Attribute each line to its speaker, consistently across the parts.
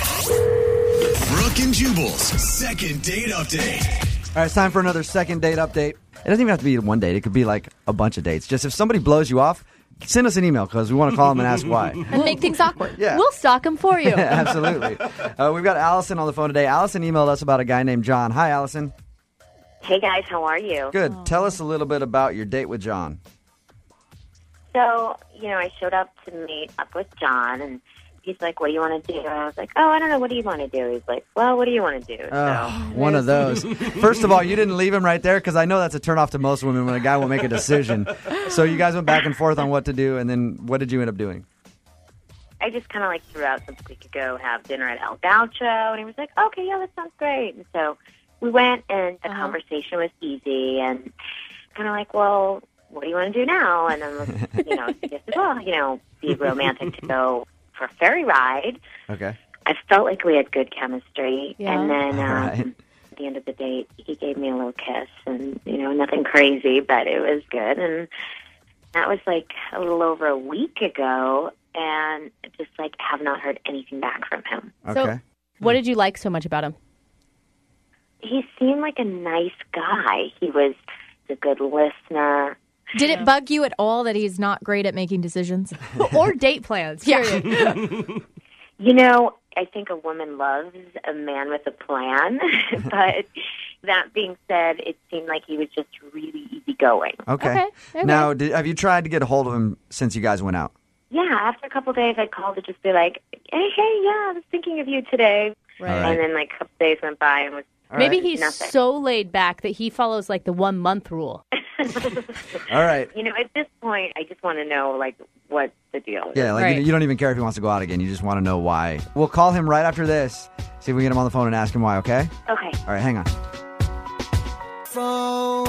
Speaker 1: 92.5. Brooke and Jubal's second date update.
Speaker 2: All right, it's time for another second date update. It doesn't even have to be one date, it could be like a bunch of dates. Just if somebody blows you off, send us an email because we want to call them and ask why.
Speaker 3: and make things awkward.
Speaker 2: Yeah.
Speaker 3: We'll stalk him for you.
Speaker 2: Absolutely. Uh, we've got Allison on the phone today. Allison emailed us about a guy named John. Hi, Allison.
Speaker 4: Hey guys, how are you?
Speaker 2: Good. Tell us a little bit about your date with John.
Speaker 4: So, you know, I showed up to meet up with John, and he's like, "What do you want to do?" And I was like, "Oh, I don't know. What do you want to do?" He's like, "Well, what do you want to do?"
Speaker 2: Oh, one of those. First of all, you didn't leave him right there because I know that's a turnoff to most women when a guy won't make a decision. So you guys went back and forth on what to do, and then what did you end up doing?
Speaker 4: I just kind of like threw out something we could go have dinner at El Gaucho, and he was like, "Okay, yeah, that sounds great." And so we went, and the conversation was easy, and kind of like, "Well, what do you want to do now?" And I'm like, you know, I guess well, you know, be romantic to go for a ferry ride.
Speaker 2: Okay.
Speaker 4: I felt like we had good chemistry,
Speaker 3: Yeah.
Speaker 4: and then um,
Speaker 2: All right.
Speaker 4: at the end of the date, he gave me a little kiss, and you know, nothing crazy, but it was good. And that was like a little over a week ago, and just like have not heard anything back from him.
Speaker 3: So,
Speaker 2: Okay.
Speaker 3: what did you like so much about him?
Speaker 4: He seemed like a nice guy. He was a good listener.
Speaker 5: Did it bug you at all that he's not great at making decisions?
Speaker 3: or date plans. Yeah.
Speaker 4: You know, I think a woman loves a man with a plan, but that being said, it seemed like he was just really easygoing.
Speaker 2: okay.
Speaker 3: okay, okay.
Speaker 2: Now, did, have you tried to get a hold of him since you guys went out?
Speaker 4: Yeah, after a couple of days, I'd call to just be like, hey, hey, yeah, I was thinking of you today.
Speaker 3: Right.
Speaker 2: All right.
Speaker 4: And then like a couple days went by and was,
Speaker 2: All
Speaker 3: Maybe
Speaker 2: right.
Speaker 3: he's
Speaker 4: Nothing.
Speaker 3: so laid back that he follows like the one month rule.
Speaker 2: All right.
Speaker 4: you know, at this point, I just want to know like what the deal is.
Speaker 2: Yeah, like
Speaker 3: Right.
Speaker 2: you, you don't even care if he wants to go out again. You just want to know why. We'll call him right after this. See if we can get him on the phone and ask him why. Okay.
Speaker 4: Okay.
Speaker 2: All right, hang on.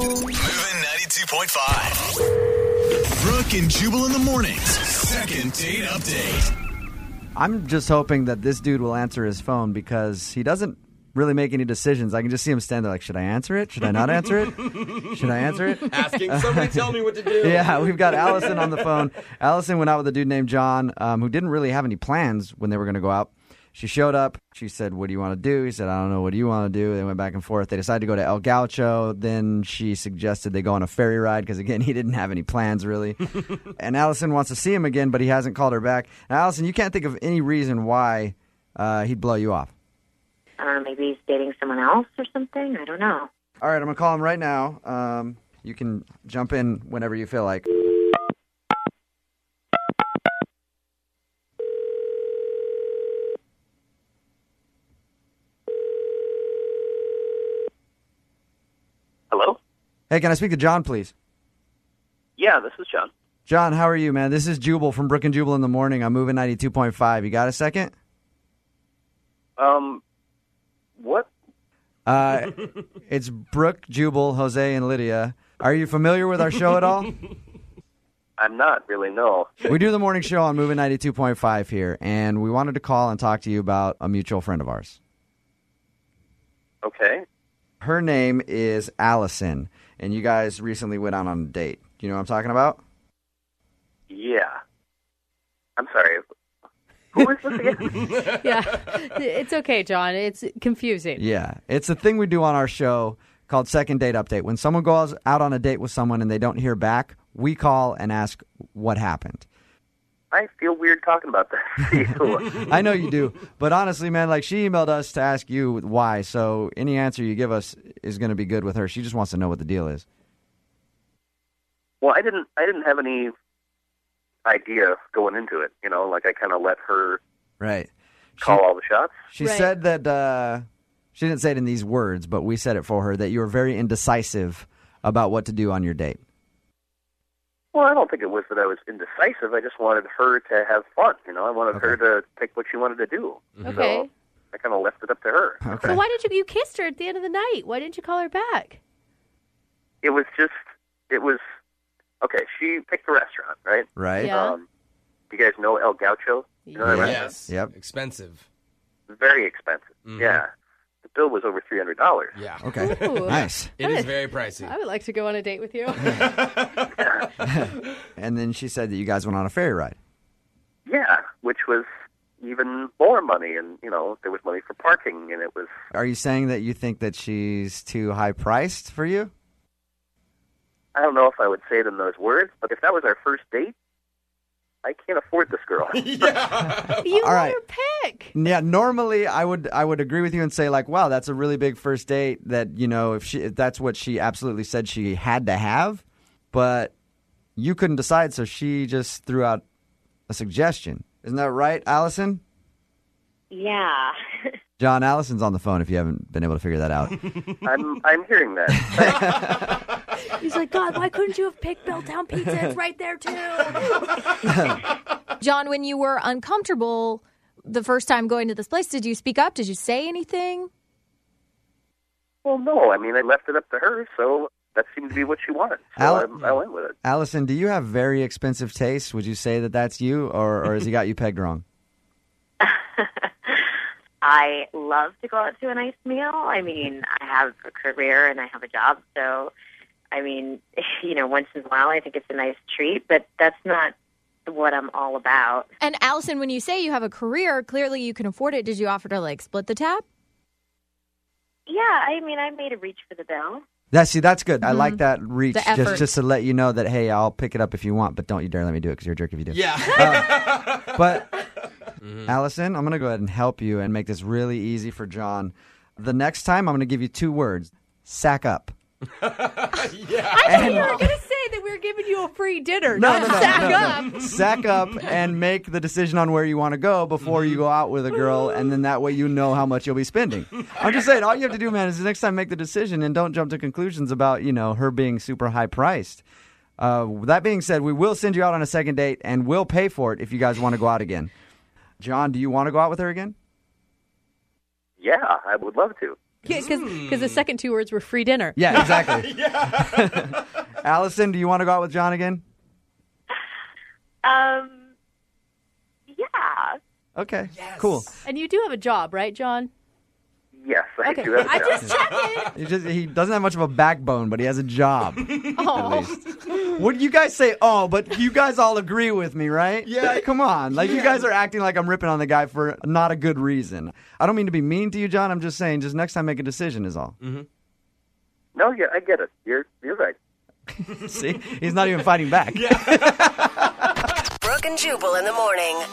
Speaker 1: Moving 92.5. Brooke and Jubal in the mornings. Second date update.
Speaker 2: I'm just hoping that this dude will answer his phone because he doesn't really make any decisions. I can just see him stand there like, should I answer it? Should I not answer it? Should I answer it?
Speaker 6: asking somebody tell me what to do.
Speaker 2: Yeah, we've got Allison on the phone. Allison went out with a dude named John um, who didn't really have any plans when they were going to go out. She showed up. She said, What do you want to do? He said, I don't know. What do you want to do? They went back and forth. They decided to go to El Gaucho. Then she suggested they go on a ferry ride because, again, he didn't have any plans really. and Allison wants to see him again, but he hasn't called her back. Now, Allison, you can't think of any reason why uh, he'd blow you off.
Speaker 4: Uh, maybe he's dating someone else or something. I don't know.
Speaker 2: All right, I'm going to call him right now. Um, you can jump in whenever you feel like.
Speaker 7: Hello?
Speaker 2: Hey, can I speak to John, please?
Speaker 7: Yeah, this is John.
Speaker 2: John, how are you, man? This is Jubal from Brook and Jubal in the morning. I'm moving 92.5. You got a second?
Speaker 7: Um, what?
Speaker 2: Uh, it's Brooke, Jubal, Jose, and Lydia. Are you familiar with our show at all?
Speaker 7: I'm not really, no.
Speaker 2: we do the morning show on Moving 92.5 here, and we wanted to call and talk to you about a mutual friend of ours.
Speaker 7: Okay.
Speaker 2: Her name is Allison, and you guys recently went out on a date. You know what I'm talking about?
Speaker 7: Yeah. I'm sorry. Who is this again?
Speaker 3: yeah. It's okay, John. It's confusing.
Speaker 2: Yeah, it's a thing we do on our show called Second Date Update. When someone goes out on a date with someone and they don't hear back, we call and ask what happened.
Speaker 7: I feel weird talking about this. to you.
Speaker 2: I know you do, but honestly, man, like she emailed us to ask you why. So any answer you give us is going to be good with her. She just wants to know what the deal is.
Speaker 7: well, I didn't. I didn't have any idea going into it. You know, like I kind of let her
Speaker 2: Right. She,
Speaker 7: call all the shots.
Speaker 2: she
Speaker 3: Right.
Speaker 2: said that uh, she didn't say it in these words, but we said it for her that you were very indecisive about what to do on your date.
Speaker 7: Well, I don't think it was that I was indecisive. I just wanted her to have fun. You know, I wanted her to pick what she wanted to do.
Speaker 3: Okay.
Speaker 7: So I kind of left it up to her.
Speaker 2: Okay.
Speaker 3: So why did you you kissed her at the end of the night? Why didn't you call her back?
Speaker 7: It was just. It was. Okay. She picked the restaurant, right?
Speaker 2: Right.
Speaker 3: Yeah.
Speaker 7: Um, you guys know El Gaucho? You know that
Speaker 2: Yeah.
Speaker 7: restaurant?
Speaker 6: Yes.
Speaker 2: Yep.
Speaker 6: Expensive.
Speaker 7: Very expensive.
Speaker 6: Mhm.
Speaker 7: Yeah. The bill was over three hundred dollars.
Speaker 6: Yeah.
Speaker 2: Okay.
Speaker 3: Ooh.
Speaker 2: Nice.
Speaker 6: It is very pricey.
Speaker 3: I would like to go on a date with you.
Speaker 2: And then she said that you guys went on a ferry ride.
Speaker 7: Yeah, which was even more money, and you know there was money for parking, and it was
Speaker 2: Are you saying that you think that she's too high priced for you?
Speaker 7: I don't know if I would say it in those words, but if that was our first date, I can't afford this girl.
Speaker 3: You
Speaker 2: All
Speaker 3: let
Speaker 2: right.
Speaker 3: her pick.
Speaker 2: Yeah, normally I would I would agree with you and say like, wow, that's a really big first date that you know if she if that's what she absolutely said she had to have, but you couldn't decide, so she just threw out a suggestion. Isn't that right, Allison?
Speaker 4: Yeah.
Speaker 2: John Allison's on the phone. If you haven't been able to figure that out,
Speaker 7: I'm I'm hearing that.
Speaker 5: He's like, God, why couldn't you have picked Belltown Pizza? It's right there too. John, when you were uncomfortable the first time going to this place, did you speak up? Did you say anything?
Speaker 7: well, no, I mean I left it up to her, so that seemed to be what she wanted. So
Speaker 2: Alan-
Speaker 7: I, I went with it.
Speaker 2: Allison, do you have very expensive taste? Would you say that that's you, or or has he got you pegged wrong?
Speaker 4: I love to go out to a nice meal. I mean, I have a career and I have a job, so I mean, you know, once in a while I think it's a nice treat, but that's not what I'm all about.
Speaker 5: And Allison, when you say you have a career, clearly you can afford it. Did you offer to like split the tab?
Speaker 4: Yeah, I mean, I made a reach for the bill.
Speaker 2: That see, that's good. I like that reach.
Speaker 5: The
Speaker 2: Just
Speaker 5: effort.
Speaker 2: just to let you know that hey, I'll pick it up if you want, but don't you dare let me do it because you're a jerk if you do.
Speaker 6: Yeah.
Speaker 2: But Allison, I'm going to go ahead and help you and make this really easy for John. The next time, I'm going to give you two words: sack up.
Speaker 3: You were going to say that we were giving you a free dinner.
Speaker 2: No,
Speaker 3: not
Speaker 2: no, no,
Speaker 3: sack
Speaker 2: no,
Speaker 3: up.
Speaker 2: no. Sack up and make the decision on where you want to go before you go out with a girl, and then that way you know how much you'll be spending. I'm just saying, all you have to do, man, is the next time make the decision and don't jump to conclusions about you know her being super high priced. Uh, that being said, we will send you out on a second date and we'll pay for it if you guys want to go out again. John, do you want to go out with her again?
Speaker 7: Yeah, I would love to.
Speaker 3: Because the second two words were free dinner.
Speaker 2: Yeah, exactly. Allison, do you want to go out with John again?
Speaker 4: Um, yeah.
Speaker 2: Okay. Cool.
Speaker 3: And you do have a job, right, John?
Speaker 7: Yes, I
Speaker 3: Okay.
Speaker 7: do have a
Speaker 3: I
Speaker 7: job.
Speaker 3: just checked
Speaker 2: He just he doesn't have much of a backbone, but he has a job.
Speaker 3: it. Oh.
Speaker 2: Would you guys say, oh, but you guys all agree with me, right?
Speaker 6: Yeah.
Speaker 2: Come on. Like, you guys are acting like I'm ripping on the guy for not a good reason. I don't mean to be mean to you, John. I'm just saying, just next time make a decision, is all.
Speaker 7: No, yeah, I get it. You're you're right.
Speaker 2: See? He's not even fighting back.
Speaker 8: Brooke and Jubal in the morning.